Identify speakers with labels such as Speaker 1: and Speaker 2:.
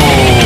Speaker 1: preservam